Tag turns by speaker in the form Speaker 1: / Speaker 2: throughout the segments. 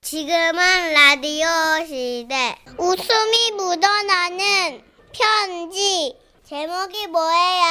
Speaker 1: 지금은 라디오 시대. 웃음이 묻어나는 편지. 제목이 뭐예요?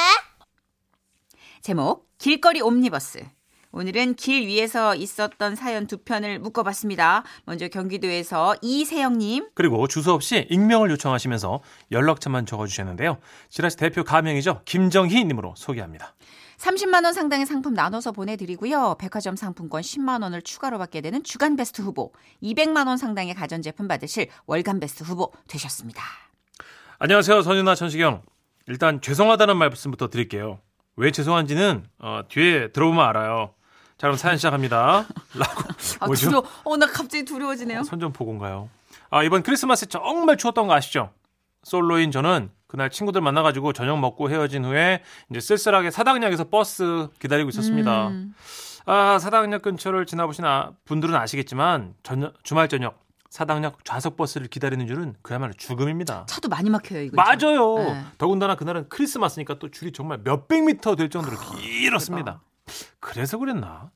Speaker 2: 제목 길거리 옴니버스. 오늘은 길 위에서 있었던 사연 두 편을 묶어봤습니다. 먼저 경기도에서 이세영님.
Speaker 3: 그리고 주소 없이 익명을 요청하시면서 연락처만 적어주셨는데요. 지라시 대표 가명이죠. 김정희님으로 소개합니다.
Speaker 2: 30만 원 상당의 상품 나눠서 보내드리고요. 백화점 상품권 10만 원을 추가로 받게 되는 주간 베스트 후보, 200만 원 상당의 가전제품 받으실 월간 베스트 후보 되셨습니다.
Speaker 3: 안녕하세요. 선윤아 천식영. 일단 죄송하다는 말씀부터 드릴게요. 왜 죄송한지는 어, 뒤에 들어보면 알아요. 자 그럼 사연 시작합니다. 라고
Speaker 2: 아,
Speaker 3: 뭐죠?
Speaker 2: 두려. 어, 나 갑자기 두려워지네요.
Speaker 3: 선전포고인가요? 아 이번 크리스마스에 정말 추웠던 거 아시죠? 솔로인 저는 그날 친구들 만나가지고 저녁 먹고 헤어진 후에 이제 쓸쓸하게 사당역에서 버스 기다리고 있었습니다.
Speaker 2: 음.
Speaker 3: 아 사당역 근처를 지나보신 아, 분들은 아시겠지만 저녁- 주말 저녁 사당역 좌석 버스를 기다리는 줄은 그야말로 죽음입니다.
Speaker 2: 차도 많이 막혀요,
Speaker 1: 그렇죠.
Speaker 2: 이거.
Speaker 3: 맞아요.
Speaker 2: 네.
Speaker 3: 더군다나 그날은 크리스마스니까 또 줄이 정말 몇백 미터 될 정도로
Speaker 1: 아,
Speaker 3: 길었습니다.
Speaker 1: 그렇죠.
Speaker 3: 그래서 그랬나?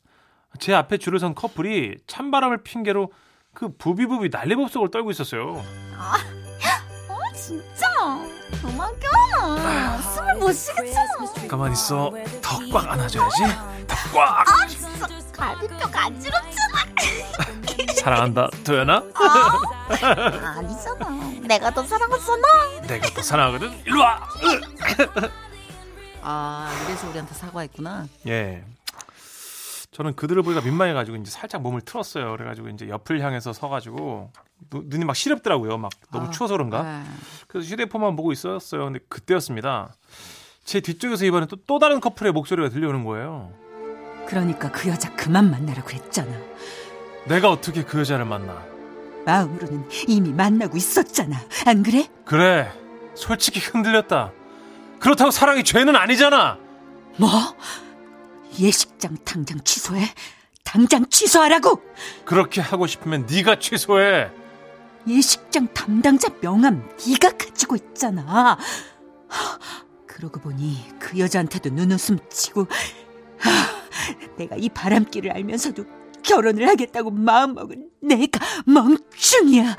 Speaker 3: 제 앞에 줄을 선 커플이 찬바람을 핑계로 그 부비부비 난리법석을 떨고 있었어요.
Speaker 2: 어, 진짜.
Speaker 3: 아,
Speaker 2: 도망가. 아, 숨을 못 쉬겠어.
Speaker 3: 가만 있어. 더 꽉 안아줘야지. 더 꽉.
Speaker 1: 아, 가비뼈 간지럽잖아.
Speaker 3: 사랑한다, 도연아.
Speaker 1: 아니잖아. 내가 더 사랑했잖아.
Speaker 3: 내가 또 사랑하거든. 일로 와.
Speaker 2: 아, 이래서 우리한테 사과했구나.
Speaker 3: 예. 저는 그들을 보니까 민망해가지고 이제 살짝 몸을 틀었어요. 그래가지고 이제 옆을 향해서 서가지고 누- 눈이 막 시렵더라고요. 막 너무
Speaker 2: 아,
Speaker 3: 추워서 그런가?
Speaker 2: 네.
Speaker 3: 그래서 휴대폰만 보고 있었어요. 근데 그때였습니다. 제 뒤쪽에서 이번에 또, 또 다른 커플의 목소리가 들려오는 거예요.
Speaker 2: 그러니까 그 여자 그만 만나라고 했잖아.
Speaker 3: 내가 어떻게 그 여자를 만나?
Speaker 2: 마음으로는 이미 만나고 있었잖아. 안 그래?
Speaker 3: 그래, 솔직히 흔들렸다. 그렇다고 사랑이 죄는 아니잖아.
Speaker 2: 뭐? 예식장 당장 취소해. 당장 취소하라고.
Speaker 3: 그렇게 하고 싶으면 네가 취소해.
Speaker 2: 예식장 담당자 명함 네가 가지고 있잖아. 하, 그러고 보니 그 여자한테도 눈웃음 치고 하, 내가 이 바람길을 알면서도 결혼을 하겠다고 마음먹은 내가 멍충이야.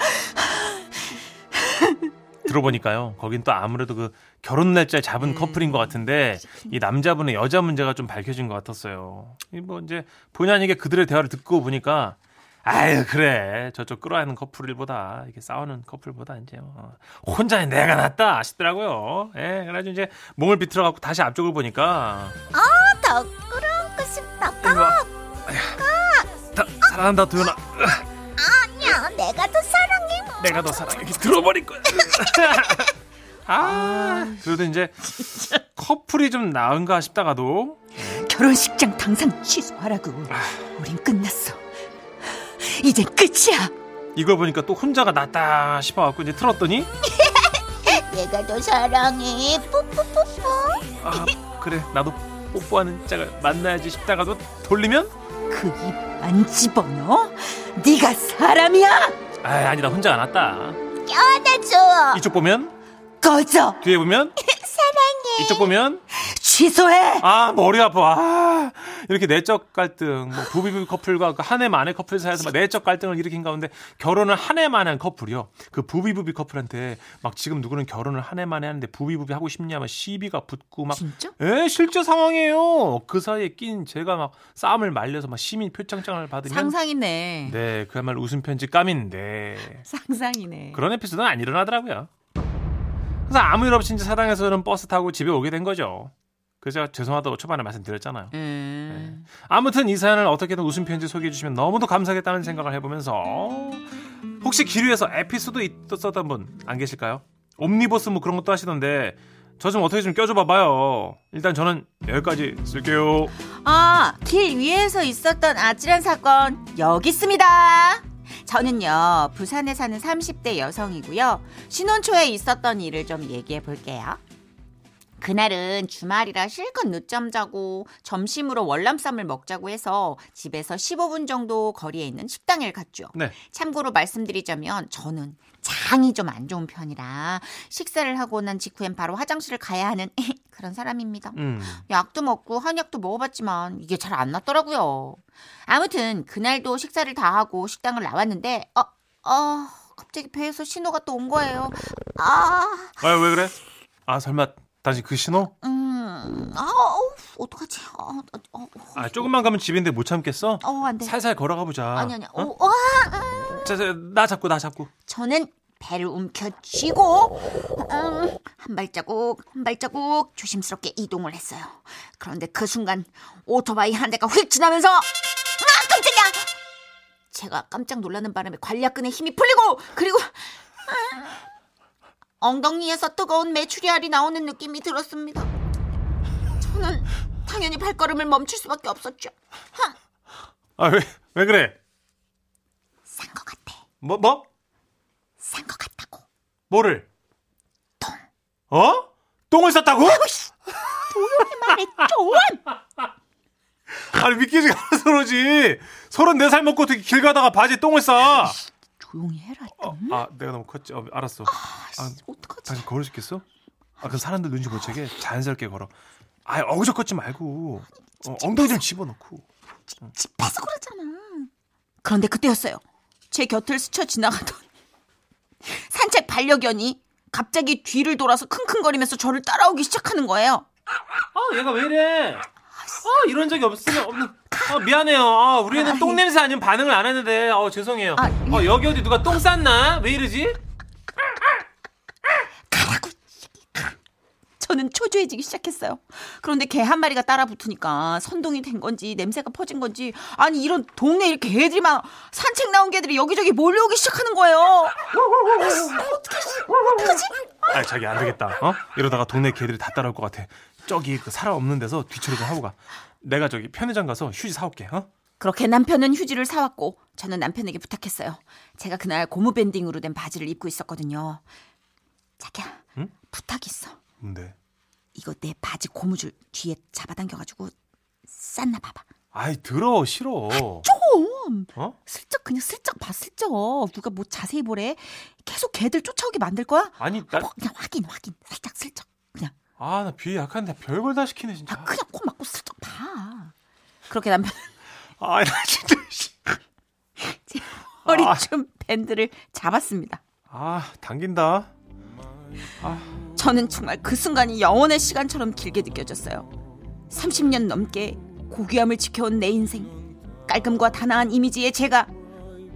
Speaker 3: 들어보니까요. 거긴 또 아무래도 그 결혼 날짜에 잡은
Speaker 2: 음.
Speaker 3: 커플인 것 같은데 이 남자분의 여자 문제가 좀 밝혀진 것 같았어요. 이 뭐 이제 본의 아니게 그들의 대화를 듣고 보니까 아유 그래 저쪽 끌어안는 커플보다 이렇게 싸우는 커플보다 이제 뭐 혼자의 내가 낫다 아시더라고요. 예, 그래가지고 이제 몸을 비틀어 갖고 다시 앞쪽을 보니까
Speaker 1: 더 끌어안고 싶다.
Speaker 3: 이거 봐. 아휴, 아, 다, 사랑한다 도연아
Speaker 1: 아니야. 내가 더 사랑해.
Speaker 3: 내가 더 사랑해 이렇게 들어버릴 거야. 아, 그래도 이제 커플이 좀 나은가 싶다가도
Speaker 2: 결혼식장 당장 취소하라고. 우린 끝났어. 이제 끝이야.
Speaker 3: 이걸 보니까 또 혼자가 낫다 싶어갖고 이제 틀었더니
Speaker 1: 내가 더 사랑해. 뽀뽀뽀뽀.
Speaker 3: 아 그래 나도 뽀뽀하는 짝을 만나야지 싶다가도 돌리면
Speaker 2: 그 입 안 집어넣어? 네가 사람이야?
Speaker 3: 아 아니다 혼자 안 왔다
Speaker 1: 껴안아줘.
Speaker 3: 이쪽 보면
Speaker 2: 꺼져.
Speaker 3: 뒤에 보면 사랑해 이쪽 보면
Speaker 2: 취소해.
Speaker 3: 아 머리 아파 아, 이렇게 내적 갈등 뭐 부비부 커플과 그 한 해 만의 커플 사이에서 막 내적 갈등을 일으킨 가운데 결혼을 한 해 만에 한 커플이요 그 부비부비 커플한테 막 지금 누구는 결혼을 한 해 만에 하는데 부비부비 하고 싶냐 막 시비가 붙고 막
Speaker 2: 진짜?
Speaker 3: 예, 실제 상황이에요. 그 사이에 낀 제가 막 싸움을 말려서 막 시민 표창장을 받으면
Speaker 2: 상상이네.
Speaker 3: 네, 그야말로 웃음 편지 까민데
Speaker 2: 상상이네.
Speaker 3: 그런 에피소드는 안 일어나더라고요. 그래서 아무 일 없이 이제 사당에서는 버스 타고 집에 오게 된 거죠. 그래서 제가 죄송하다고 초반에 말씀드렸잖아요.
Speaker 2: 음.
Speaker 3: 아무튼 이 사연을 어떻게든 웃음 편지 소개해 주시면 너무도 감사하겠다는 생각을 해보면서 혹시 길 위에서 에피소드 있었던 분 안 계실까요? 옴니버스 뭐 그런 것도 하시던데 저 좀 어떻게 좀 껴줘 봐봐요. 일단 저는 여기까지 쓸게요.
Speaker 2: 아, 길 위에서 있었던 아찔한 사건 여기 있습니다. 저는요, 부산에 사는 30대 여성이고요. 신혼 초에 있었던 일을 좀 얘기해 볼게요. 그날은 주말이라 실컷 늦잠 자고 점심으로 월남쌈을 먹자고 해서 집에서 15분 정도 거리에 있는 식당에 갔죠.
Speaker 3: 네.
Speaker 2: 참고로 말씀드리자면 저는 장이 좀 안 좋은 편이라 식사를 하고 난 직후엔 바로 화장실을 가야 하는 그런 사람입니다.
Speaker 3: 음.
Speaker 2: 약도 먹고 한약도 먹어봤지만 이게 잘 안 낫더라고요. 아무튼 그날도 식사를 다 하고 식당을 나왔는데 어, 어, 갑자기 배에서 신호가 또 온 거예요. 아,
Speaker 3: 아, 왜 그래? 아, 설마 당신 그 신호?
Speaker 2: 음, 아, 어, 어떡하지? 어, 어, 어,
Speaker 3: 아, 조금만 가면 집인데 못 참겠어?
Speaker 2: 어, 안 돼.
Speaker 3: 살살 걸어가 보자.
Speaker 2: 아니 아니.
Speaker 3: 어?
Speaker 2: 어? 와,
Speaker 3: 자, 자, 나 잡고 나 잡고.
Speaker 2: 저는 배를 움켜쥐고 음, 한 발자국 한 발자국 조심스럽게 이동을 했어요. 그런데 그 순간 오토바이 한 대가 휙 지나면서 아 깜짝이야! 제가 깜짝 놀라는 바람에 관략근의 힘이 풀리고 그리고 음, 엉덩이에서 뜨거운 메추리알이 나오는 느낌이 들었습니다. 저는 당연히 발걸음을 멈출 수밖에 없었죠.
Speaker 3: 아, 왜 왜 그래?
Speaker 2: 싼 것 같아.
Speaker 3: 뭐 뭐?
Speaker 2: 싼 것 같다고.
Speaker 3: 뭐를? 똥. 어? 똥을 쌌다고?
Speaker 2: 말했죠.
Speaker 3: 아니 믿기지가 않아서 그러지. 34살 먹고 어떻게 길 가다가 바지에 똥을 싸.
Speaker 2: 조용히 해라.
Speaker 3: 어, 아, 내가 너무 컸지. 어, 알았어. 아,
Speaker 2: 어떡하지?
Speaker 3: 당신 걸을 수 있겠어? 아, 그럼 사람들 눈치 못 채게 자연스럽게 걸어. 아, 어그저 걷지 말고 어, 엉덩이 좀 집어넣고.
Speaker 2: 집에서 그러잖아. 그런데 그때였어요. 제 곁을 스쳐 지나가던 산책 반려견이 갑자기 뒤를 돌아서 킁킁거리면서 저를 따라오기 시작하는 거예요.
Speaker 3: 아, 얘가 왜 이래? 아, 이런 적이 없으면 없는. 아, 미안해요. 아, 우리 애는 똥 냄새 아니면 반응을 안 하는데. 아, 죄송해요.
Speaker 2: 아,
Speaker 3: 어, 여기 어디 누가 똥 쌌나? 왜 이러지?
Speaker 2: 저는 초조해지기 시작했어요. 그런데 개 한 마리가 따라 붙으니까 선동이 된 건지 냄새가 퍼진 건지 아니 이런 동네에 이렇게 개들만 산책 나온 개들이 여기저기 몰려오기 시작하는 거예요.
Speaker 3: 아, 자기 안 되겠다. 어? 이러다가 동네 개들이 다 따라올 것 같아. 저기 그 사람 없는 데서 뒤처리 좀 하고 가. 내가 저기 편의점 가서 휴지 사올게. 어?
Speaker 2: 그렇게 남편은 휴지를 사왔고 저는 남편에게 부탁했어요. 제가 그날 고무 밴딩으로 된 바지를 입고 있었거든요. 자기야,
Speaker 3: 응?
Speaker 2: 부탁 있어.
Speaker 3: 뭔데?
Speaker 2: 이거 내 바지 고무줄 뒤에 잡아당겨가지고 쌌나 봐봐.
Speaker 3: 아이 들어 싫어.
Speaker 2: 좀
Speaker 3: 어?
Speaker 2: 슬쩍 그냥 슬쩍 봐 슬쩍. 누가 뭐 자세히 보래. 계속 걔들 쫓아오게 만들 거야?
Speaker 3: 아니 나
Speaker 2: 뭐 그냥 확인 확인 살짝 슬쩍 그냥
Speaker 3: 아, 나 비위 약한데 별걸 다 시키네 진짜.
Speaker 2: 아, 그냥 코 막고 슬쩍 봐. 그렇게 남편
Speaker 3: 아, 나 진짜. 씨.
Speaker 2: 허리춤 밴드를 잡았습니다.
Speaker 3: 아, 당긴다.
Speaker 2: 저는 정말 그 순간이 영원의 시간처럼 길게 느껴졌어요. 30년 넘게 고귀함을 지켜온 내 인생. 깔끔과 단아한 이미지의 제가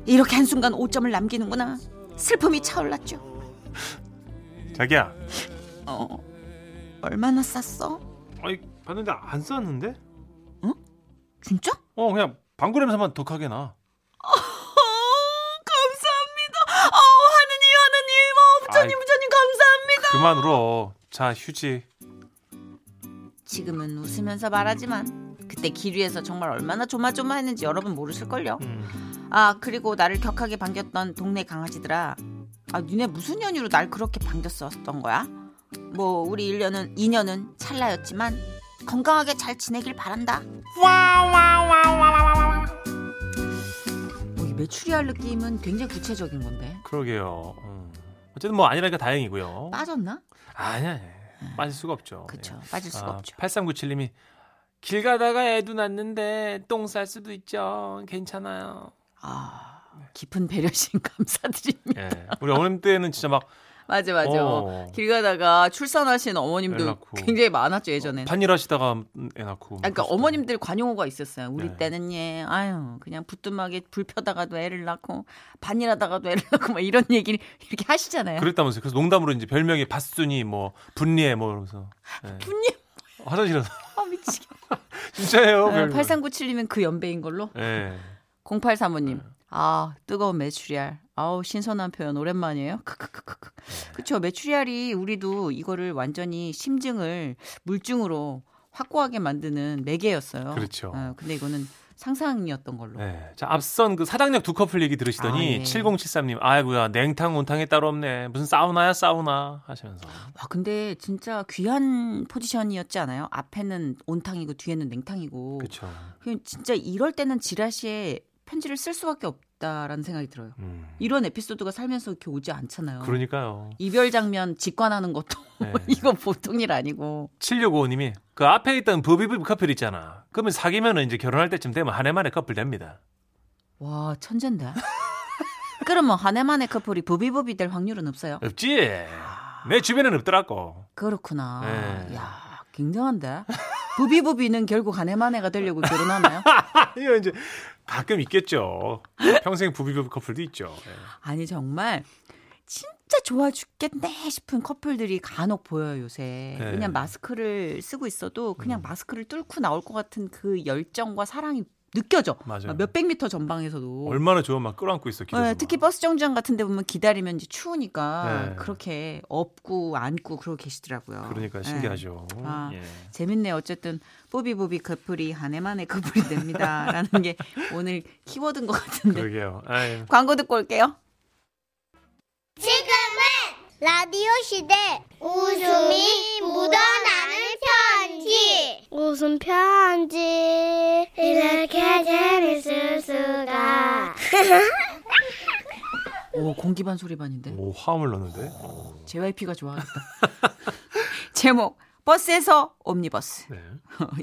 Speaker 2: 이렇게 한순간 오점을 남기는구나. 슬픔이 차올랐죠.
Speaker 3: 자기야.
Speaker 2: 어, 얼마나 쌌어?
Speaker 3: 아니 봤는데 안 쌌는데?
Speaker 2: 진짜?
Speaker 3: 어, 그냥 방구 냄새만 독하게 나.
Speaker 2: 어, 감사합니다. 어, 하느님, 하느님, 어, 부처님,
Speaker 3: 아이.
Speaker 2: 부처님, 감사합니다.
Speaker 3: 그만 울어. 자, 휴지.
Speaker 2: 지금은 웃으면서 말하지만 그때 길 위에서 정말 얼마나 조마조마했는지 여러분 모르실걸요.
Speaker 3: 음.
Speaker 2: 아 그리고 나를 격하게 반겼던 동네 강아지들아 아 니네 무슨 연유로 날 그렇게 반겼었던 거야? 뭐 우리 1년은 2년은 찰나였지만 건강하게 잘 지내길 바란다 뭐, 이 메추리알 느낌은 굉장히 구체적인 건데
Speaker 3: 그러게요. 음. 어쨌든 뭐 아니라니까 다행이고요.
Speaker 2: 빠졌나?
Speaker 3: 아니야. 아니야. 빠질 수가 없죠.
Speaker 2: 그쵸 아, 빠질 수가 없죠
Speaker 3: 8397님이 아, 길 가다가 애도 났는데 똥 쌀 수도 있죠. 괜찮아요.
Speaker 2: 아 깊은 배려심 감사드립니다
Speaker 3: 예. 우리 어머님 때는 진짜 막
Speaker 2: 맞아 맞아
Speaker 3: 어.
Speaker 2: 길 가다가 출산하신 어머님도
Speaker 3: 애 낳고.
Speaker 2: 굉장히 많았죠 예전에는
Speaker 3: 반일하시다가 애 낳고.
Speaker 2: 아, 그러니까 어머님들 관용어가 있었어요. 우리
Speaker 3: 네.
Speaker 2: 때는 예, 아유, 그냥 부뚜막에 불 펴다가도 애를 낳고 반일하다가도 애를 낳고 막 이런 얘기를 이렇게 하시잖아요.
Speaker 3: 그랬다면서요. 그래서 농담으로 이제 별명이 밭순이 뭐 분리해 뭐 이러면서 예.
Speaker 2: 분님,
Speaker 3: 화장실에서
Speaker 2: 아 미치겠. 아,
Speaker 3: 진짜예요. 별명.
Speaker 2: 8397님은 그 연배인 걸로.
Speaker 3: 예.
Speaker 2: 0835님,
Speaker 3: 네.
Speaker 2: 아 뜨거운 메추리알. 아우 신선한 표현 오랜만이에요. 크크크크크.
Speaker 3: 네.
Speaker 2: 그쵸 메추리알이 우리도 이거를 완전히 심증을 물증으로 확고하게 만드는 매개였어요.
Speaker 3: 그렇죠.
Speaker 2: 어, 근데 이거는 상상이었던 걸로.
Speaker 3: 네. 자, 앞선 그 사당역 두 커플 얘기
Speaker 2: 아,
Speaker 3: 들으시더니
Speaker 2: 네.
Speaker 3: 7073님, 아이고야, 냉탕, 온탕이 따로 없네. 무슨 사우나야, 사우나. 하시면서.
Speaker 2: 와 근데 진짜 귀한 포지션이었지 않아요? 앞에는 온탕이고 뒤에는 냉탕이고.
Speaker 3: 그쵸.
Speaker 2: 그냥 진짜 이럴 때는 지라시에 편지를 쓸 수밖에 없다라는 생각이 들어요.
Speaker 3: 음.
Speaker 2: 이런 에피소드가 살면서 이렇게 오지 않잖아요.
Speaker 3: 그러니까요.
Speaker 2: 이별 장면 직관하는 것도
Speaker 3: 네.
Speaker 2: 이거 보통 일 아니고.
Speaker 3: 7655님이 그 앞에 있던 부비부비 커플 있잖아. 그러면 사귀면 이제 결혼할 때쯤 되면 한 해 만에 커플 됩니다.
Speaker 2: 와 천잰데. 그러면 한 해 만에 커플이 부비부비 될 확률은 없어요.
Speaker 3: 없지? 내 주변에는 없더라고.
Speaker 2: 그렇구나.
Speaker 3: 네.
Speaker 2: 야 굉장한데. 부비부비는 결국 한 해 만에가 되려고 결혼하나요?
Speaker 3: 이거 이제 가끔 있겠죠. 평생 부비부비 커플도 있죠. 예.
Speaker 2: 아니 정말 진짜 좋아 죽겠네 싶은 커플들이 간혹 보여요 요새
Speaker 3: 네. 음.
Speaker 2: 그냥 마스크를 쓰고 있어도 그냥 마스크를 뚫고 나올 것 같은 그 열정과 사랑이 느껴져
Speaker 3: 맞아요.
Speaker 2: 막 몇백 미터 전방에서도
Speaker 3: 얼마나 좋아 막 끌어안고
Speaker 2: 네,
Speaker 3: 있어. 길에서 막.
Speaker 2: 특히 버스 정류장 같은 데 보면 기다리면 이제 추우니까
Speaker 3: 네.
Speaker 2: 그렇게 업고 안고 그러고 계시더라고요
Speaker 3: 그러니까
Speaker 2: 네.
Speaker 3: 신기하죠.
Speaker 2: 아.
Speaker 3: 예.
Speaker 2: 재밌네요. 어쨌든 뽀비뽀비 커플이 한 해만에 커플이 됩니다라는 게 오늘 키워드인 것 같은데
Speaker 3: 그러게요. 아유.
Speaker 2: 광고 듣고 올게요.
Speaker 1: 지금은 라디오 시대 웃음이 묻어나는 편지
Speaker 4: 웃음 편지 이렇게 재밌을 수가
Speaker 2: 오 공기 반 소리 반인데.
Speaker 3: 오 화음을 넣는데.
Speaker 2: JYP가 좋아하겠다. 제목 버스에서 옴니버스.
Speaker 3: 네.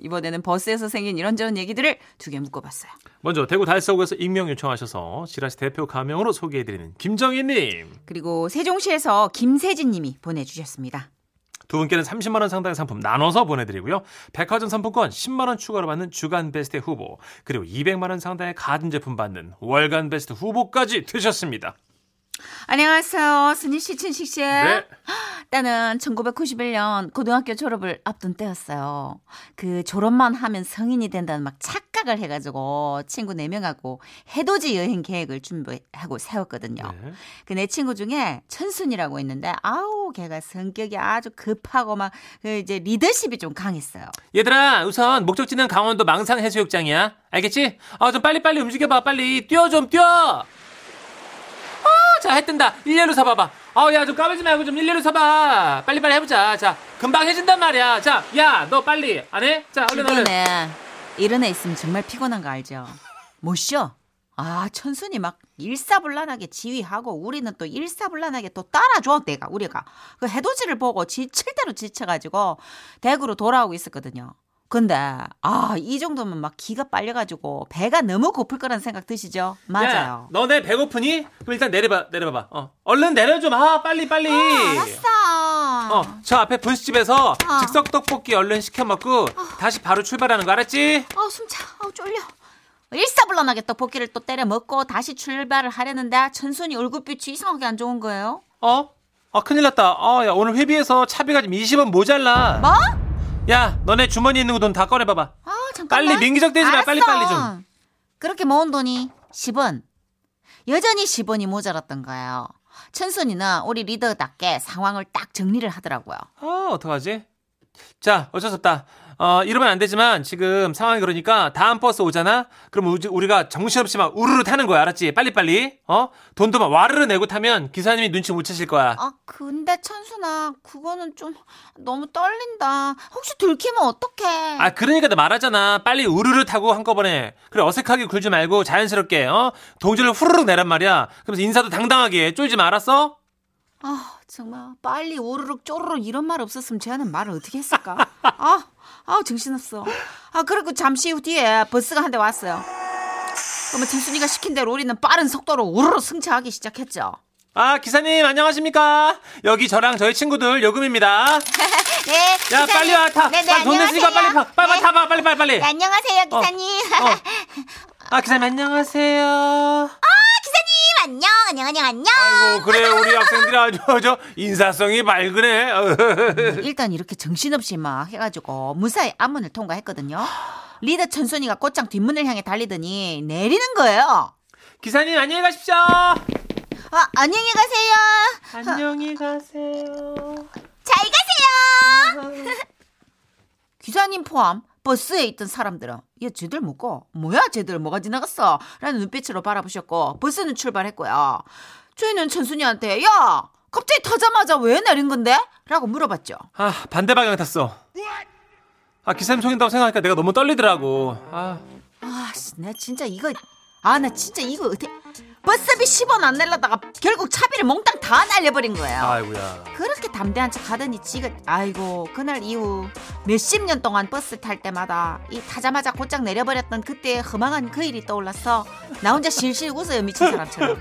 Speaker 2: 이번에는 버스에서 생긴 이런저런 얘기들을 두 개 묶어봤어요.
Speaker 3: 먼저 대구 달서구에서 익명 요청하셔서 지라시 대표 가명으로 소개해드리는 김정희님.
Speaker 2: 그리고 세종시에서 김세진님이 보내주셨습니다.
Speaker 3: 두 분께는 30만 원 상당의 상품 나눠서 보내드리고요. 백화점 상품권 10만 원 추가로 받는 주간 베스트 후보 그리고 200만 원 상당의 가전 제품 받는 월간 베스트 후보까지 되셨습니다.
Speaker 2: 안녕하세요, 순희 씨, 춘식 씨.
Speaker 3: 네.
Speaker 2: 나는 1991년 고등학교 졸업을 앞둔 때였어요. 그 졸업만 하면 성인이 된다는 막 착각을 해가지고 친구 4명하고 해돋이 여행 계획을 준비하고 세웠거든요.
Speaker 3: 네.
Speaker 2: 그 내 친구 중에 천순이라고 있는데 아우 걔가 성격이 아주 급하고 막 그 이제 리더십이 좀 강했어요.
Speaker 3: 얘들아 우선 목적지는 강원도 망상 해수욕장이야. 알겠지? 어, 아좀 빨리 빨리 움직여봐 빨리 뛰어 좀 뛰어. 아자 해뜬다 일렬로 서봐봐. 어, 아야좀 까불지 말고 좀 일렬로 서봐. 빨리 빨리 해보자. 자 금방 해진단 말이야. 자야 너 빨리 안 해? 자 얼른 얼른.
Speaker 2: 이번에 이런 애 있으면 정말 피곤한 거 알죠? 못 쉬어. 아 천순이 막 일사불란하게 지휘하고 우리는 또 일사불란하게 또 따라줘 내가 우리가 그 해돋이를 보고 지칠 대로 지쳐가지고 대구로 돌아오고 있었거든요. 근데 아 이 정도면 막 기가 빨려가지고 배가 너무 고플 거란 생각 드시죠? 맞아요.
Speaker 3: 너네 배고프니? 그럼 일단 내려봐, 내려봐봐. 어, 얼른 내려 좀. 아, 빨리 빨리.
Speaker 2: 알았어.
Speaker 3: 어, 저 앞에
Speaker 2: 어.
Speaker 3: 분식집에서 즉석 떡볶이 얼른 시켜 먹고 다시 바로 출발하는 거 알았지?
Speaker 2: 아우 숨차 아우 쫄려 일사불란하게 떡볶이를 또 때려 먹고 다시 출발을 하려는데 천순이 얼굴빛이 이상하게 안 좋은 거예요
Speaker 3: 어? 아, 큰일 났다. 아, 야, 오늘 회비에서 차비가 지금 20원 모자라.
Speaker 2: 뭐?
Speaker 3: 야, 너네 주머니 있는 거 돈 다 꺼내봐봐.
Speaker 2: 아 잠깐만
Speaker 3: 빨리 민기적 되지 마. 빨리, 빨리 좀.
Speaker 2: 그렇게 모은 돈이 10원 여전히 10원이 모자랐던 거예요 천순이는 우리 리더답게 상황을 딱 정리를 하더라고요
Speaker 3: 아, 어떡하지? 자, 어쩔 수 없다. 어, 이러면 안 되지만 지금 상황이 그러니까 다음 버스 오잖아? 그럼 우지- 우리가 정신없이 막 우르르 타는 거야. 알았지? 빨리빨리. 어? 돈도 막 와르르 내고 타면 기사님이 눈치 못 채실 거야.
Speaker 2: 아 근데 천순아 그거는 좀 너무 떨린다 혹시 들키면 어떡해
Speaker 3: 아 그러니까 나 말하잖아 빨리 우르르 타고 한꺼번에 그래 어색하게 굴지 말고 자연스럽게 어 동전을 후루룩 내란 말이야 그러면서 인사도 당당하게 해. 쫄지 마 알았어?
Speaker 2: 아 정말 빨리 오르륵 쪼르륵 이런 말 없었으면 쟤는 말을 어떻게 했을까? 아, 아 정신없어. 아 그리고 잠시 후 뒤에 버스가 한 대 왔어요. 그러면 진순이가 시킨 대로 우리는 빠른 속도로 우르르 승차하기 시작했죠.
Speaker 3: 아 기사님 안녕하십니까 여기 저랑 저희 친구들 요금입니다
Speaker 1: 네
Speaker 3: 야
Speaker 1: 기사님.
Speaker 3: 빨리 와타
Speaker 1: 네, 네,
Speaker 3: 빨리 돈 냈으니까 빨리 타 빨리 빨리 타봐 빨리 빨리 빨리
Speaker 1: 네, 안녕하세요 기사님
Speaker 3: 어. 아 기사님 안녕하세요
Speaker 1: 네, 안녕 안녕 안녕 안녕
Speaker 3: 아이고 그래 우리 학생들이 아주 저 인사성이 밝으네
Speaker 2: 일단 이렇게 정신없이 막 해가지고 무사히 앞문을 통과했거든요. 리더 천순이가 곧장 뒷문을 향해 달리더니 내리는 거예요.
Speaker 3: 기사님 안녕히 가십시오
Speaker 2: 아 안녕히 가세요.
Speaker 3: 안녕히 가세요
Speaker 1: 잘 가세요
Speaker 2: 기사님 포함 버스에 있던 사람들은 얘 쟤들 뭐고 뭐야 쟤들 뭐가 지나갔어 라는 눈빛으로 바라보셨고 버스는 출발했고요. 주인은 천순이한테 야 갑자기 타자마자 왜 내린 건데? 라고 물어봤죠.
Speaker 3: 아 반대 방향 탔어. 아 기사님 속인다고 생각하니까 내가 너무 떨리더라고. 아
Speaker 2: 아씨, 나 진짜 이거, 아, 나 진짜 이거 어떻게, 버스비 10원 안 내려다가 결국 차비를 몽땅 다 날려버린 거예요.
Speaker 3: 아이고야.
Speaker 2: 그렇게 담대한 척 하더니 지가, 아이고, 그날 이후 몇십 년 동안 버스 탈 때마다 이 타자마자 곧장 내려버렸던 그때의 허망한 그 일이 떠올라서 나 혼자 실실 웃어요, 미친 사람처럼.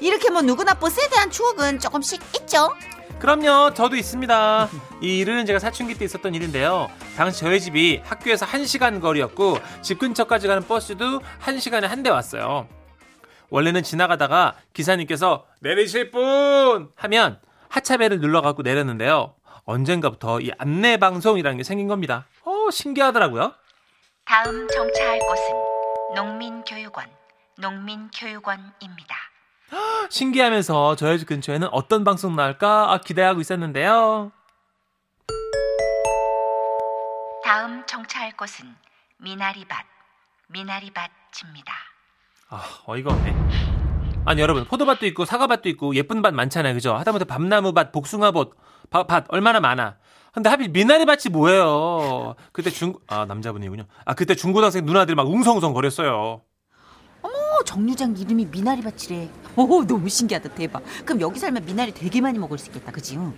Speaker 2: 이렇게 뭐 누구나 버스에 대한 추억은 조금씩 있죠.
Speaker 3: 그럼요, 저도 있습니다. 이 일은 제가 사춘기 때 있었던 일인데요. 당시 저희 집이 학교에서 한시간 거리였고, 집 근처까지 가는 버스도 한시간에 한 대 왔어요. 원래는 지나가다가 기사님께서 내리실 분! 하면 하차벨을 눌러갖고 내렸는데요. 언젠가부터 이 안내방송이라는 게 생긴 겁니다. 어, 신기하더라고요.
Speaker 5: 다음 정차할 곳은 농민교육원, 농민교육원입니다.
Speaker 3: 신기하면서 저희 집 근처에는 어떤 방송 나올까 아, 기대하고 있었는데요.
Speaker 5: 다음 정차할 곳은 미나리밭, 미나리밭입니다.
Speaker 3: 아, 어이가 없네. 아니, 여러분, 포도밭도 있고, 사과밭도 있고, 예쁜 밭 많잖아요. 그죠? 하다못해 밤나무밭, 복숭아밭, 바- 밭 얼마나 많아. 근데 하필 미나리밭이 뭐예요? 그때 중, 아, 남자분이군요. 아, 그때 중고등학생 누나들이 막 웅성웅성 거렸어요.
Speaker 2: 어, 정류장 이름이 미나리밭이래. 오, 너무 신기하다, 대박. 그럼 여기 살면 미나리 되게 많이 먹을 수 있겠다, 그지? 응?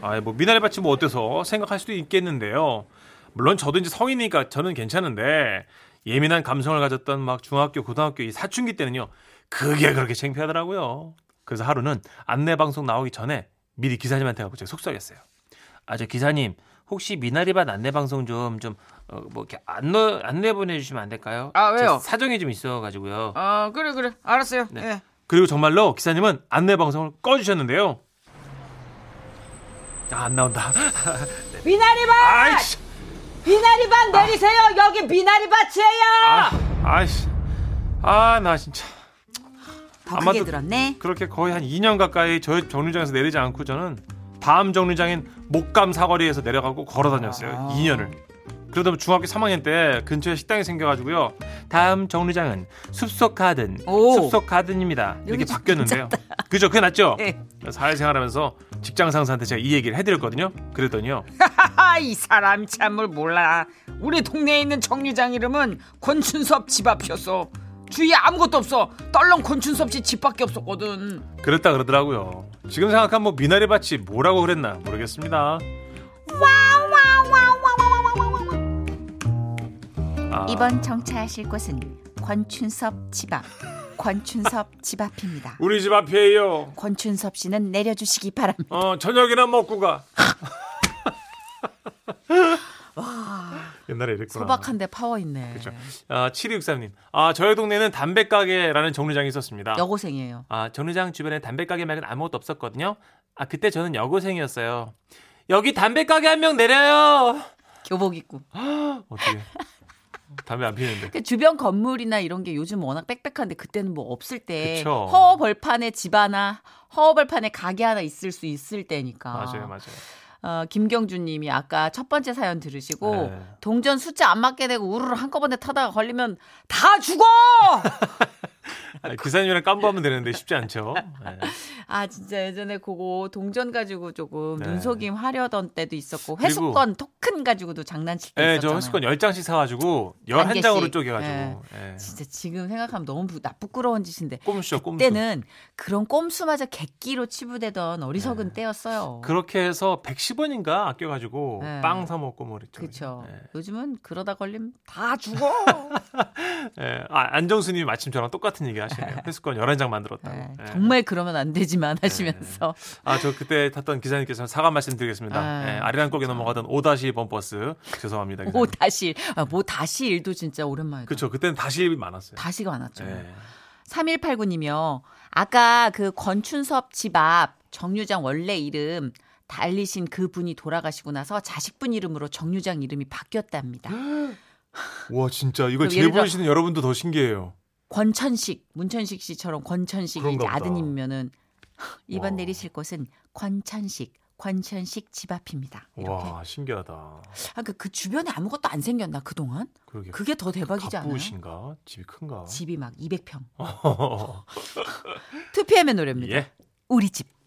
Speaker 3: 아, 뭐, 미나리밭이 뭐 어때서 생각할 수도 있겠는데요. 물론 저도 이제 성인이니까 저는 괜찮은데, 예민한 감성을 가졌던 막 중학교, 고등학교 이 사춘기 때는요, 그게 그렇게 창피하더라고요. 그래서 하루는 안내방송 나오기 전에 미리 기사님한테 가고 제가 속삭였어요. 아, 저 기사님, 혹시 미나리밭 안내방송 좀, 좀, 어, 뭐, 이렇게 안내, 안내 보내주시면 안 될까요?
Speaker 2: 아, 왜요?
Speaker 3: 제 사정이 좀 있어가지고요.
Speaker 2: 아, 그래, 그래. 알았어요. 예.
Speaker 3: 네. 그리고 정말로 기사님은 안내방송을 꺼주셨는데요. 아, 안 나온다.
Speaker 2: 미나리밭!
Speaker 3: 아이씨!
Speaker 2: 미나리밭 내리세요. 여기 미나리밭이에요.
Speaker 3: 아, 아이씨. 아, 나 진짜.
Speaker 2: 더
Speaker 3: 아마도-
Speaker 2: 크게 들었네.
Speaker 3: 그렇게 거의 한 2년 가까이 저희 정류장에서 내리지 않고 저는 다음 정류장인 목감 사거리에서 내려가고 걸어 다녔어요.
Speaker 2: 아.
Speaker 3: 2년을. 그러다 중학교 3학년 때 근처에 식당이 생겨가지고요. 다음 정류장은 숲속 가든,
Speaker 2: 오.
Speaker 3: 숲속 가든입니다. 이렇게 바뀌었는데요. 그죠? 그게 낫죠?
Speaker 2: 예.
Speaker 3: 사회생활하면서 직장 상사한테 제가 이 얘기를 해드렸거든요. 그랬더니요.
Speaker 6: 하하 아, 이 사람 참을 몰라 우리 동네에 있는 정류장 이름은 권춘섭 집 앞이었어 주위에 아무것도 없어 떨렁 권춘섭 씨 집밖에 없었거든
Speaker 3: 그랬다 그러더라고요. 지금 생각하면 뭐 미나리밭이 뭐라고 그랬나 모르겠습니다. 아,
Speaker 2: 이번 정차하실 곳은 권춘섭 집 앞. 권춘섭 집 앞입니다.
Speaker 3: 우리 집 앞이에요.
Speaker 2: 권춘섭 씨는 내려주시기 바랍니다.
Speaker 3: 어 저녁이나 먹고 가. 옛날에 이랬구나.
Speaker 2: 소박한데 파워 있네.
Speaker 3: 그렇죠. 아, 7263님. 아, 저희 동네는 담배가게라는 정류장이 있었습니다.
Speaker 2: 여고생이에요.
Speaker 3: 아, 정류장 주변에 담배가게 말고는 아무것도 없었거든요. 아, 그때 저는 여고생이었어요. 여기 담배가게 한 명 내려요.
Speaker 2: 교복 입고.
Speaker 3: 어떻게 담배 안 피는데.
Speaker 2: 그 주변 건물이나 이런 게 요즘 워낙 빽빽한데 그때는 뭐 없을 때
Speaker 3: 그쵸.
Speaker 2: 허벌판에 집 하나, 허벌판에 가게 하나 있을 수 있을 때니까.
Speaker 3: 맞아요, 맞아요.
Speaker 2: 어, 김경주님이 아까 첫 번째 사연 들으시고
Speaker 3: 네.
Speaker 2: 동전 숫자 안 맞게 되고 우르르 한꺼번에 타다가 걸리면 다 죽어!
Speaker 3: 아,
Speaker 2: 그
Speaker 3: 기사님이랑 깜부하면 되는데 쉽지 않죠. 네.
Speaker 2: 아 진짜 예전에 그거 동전 가지고 조금
Speaker 3: 네.
Speaker 2: 눈속임 하려던 때도 있었고
Speaker 3: 그리고-
Speaker 2: 회수권 토큰 가지고도 장난칠 때
Speaker 3: 네,
Speaker 2: 있었잖아요.
Speaker 3: 저 회수권 10장씩 사가지고
Speaker 2: 한
Speaker 3: 11장으로
Speaker 2: 개씩. 네.
Speaker 3: 쪼개가지고. 예.
Speaker 2: 진짜 지금 생각하면 너무 부, 나 부끄러운 짓인데
Speaker 3: 꼼수죠, 꼼수.
Speaker 2: 그때는 그런 꼼수마저 객기로 치부되던 어리석은
Speaker 3: 네.
Speaker 2: 때였어요.
Speaker 3: 그렇게 해서 110원인가 아껴가지고
Speaker 2: 네.
Speaker 3: 빵 사 먹고 뭐 그랬죠.
Speaker 2: 그렇죠.
Speaker 3: 예.
Speaker 2: 요즘은 그러다 걸리면 다 죽어.
Speaker 3: 예. 아, 안정수님이 마침 저랑 똑같은 얘기 하시네요. 회수권 11장 만들었다고.
Speaker 2: 네,
Speaker 3: 예.
Speaker 2: 정말 그러면 안 되지만
Speaker 3: 네.
Speaker 2: 하시면서
Speaker 3: 아, 저 그때 탔던 기사님께서 사과 말씀드리겠습니다.
Speaker 2: 아,
Speaker 3: 아, 아리랑 고에 넘어가던 5-1번 버스. 죄송합니다.
Speaker 2: 오 다시 일. 아, 뭐 다시 일도 진짜 오랜만이다.
Speaker 3: 네. 그렇죠. 그때는 다시 많았어요.
Speaker 2: 다시가 많았죠.
Speaker 3: 예.
Speaker 2: 3189님이요. 아까 그 권춘섭 집 앞 정류장 원래 이름 달리신 그 분이 돌아가시고 나서 자식분 이름으로 정류장 이름이 바뀌었답니다.
Speaker 3: 와, 진짜. 이걸
Speaker 2: 그럼
Speaker 3: 제
Speaker 2: 예를 들어-
Speaker 3: 보시는 여러분도 더 신기해요.
Speaker 2: 권천식, 문천식 씨처럼 권천식이
Speaker 3: 그런가
Speaker 2: 이제
Speaker 3: 보다.
Speaker 2: 아드님이면은 이번
Speaker 3: 와.
Speaker 2: 내리실 곳은 권천식, 권천식 집 앞입니다. 이렇게.
Speaker 3: 와 신기하다.
Speaker 2: 아, 그, 그 주변에 아무것도 안 생겼나 그동안?
Speaker 3: 예. 그러게.
Speaker 2: 그게 더 대박이지 않아요?
Speaker 3: 가쁘신가? 집이 큰가?
Speaker 2: 집이 막 200평. 2PM의 노래입니다.
Speaker 3: 예.
Speaker 2: 우리 집.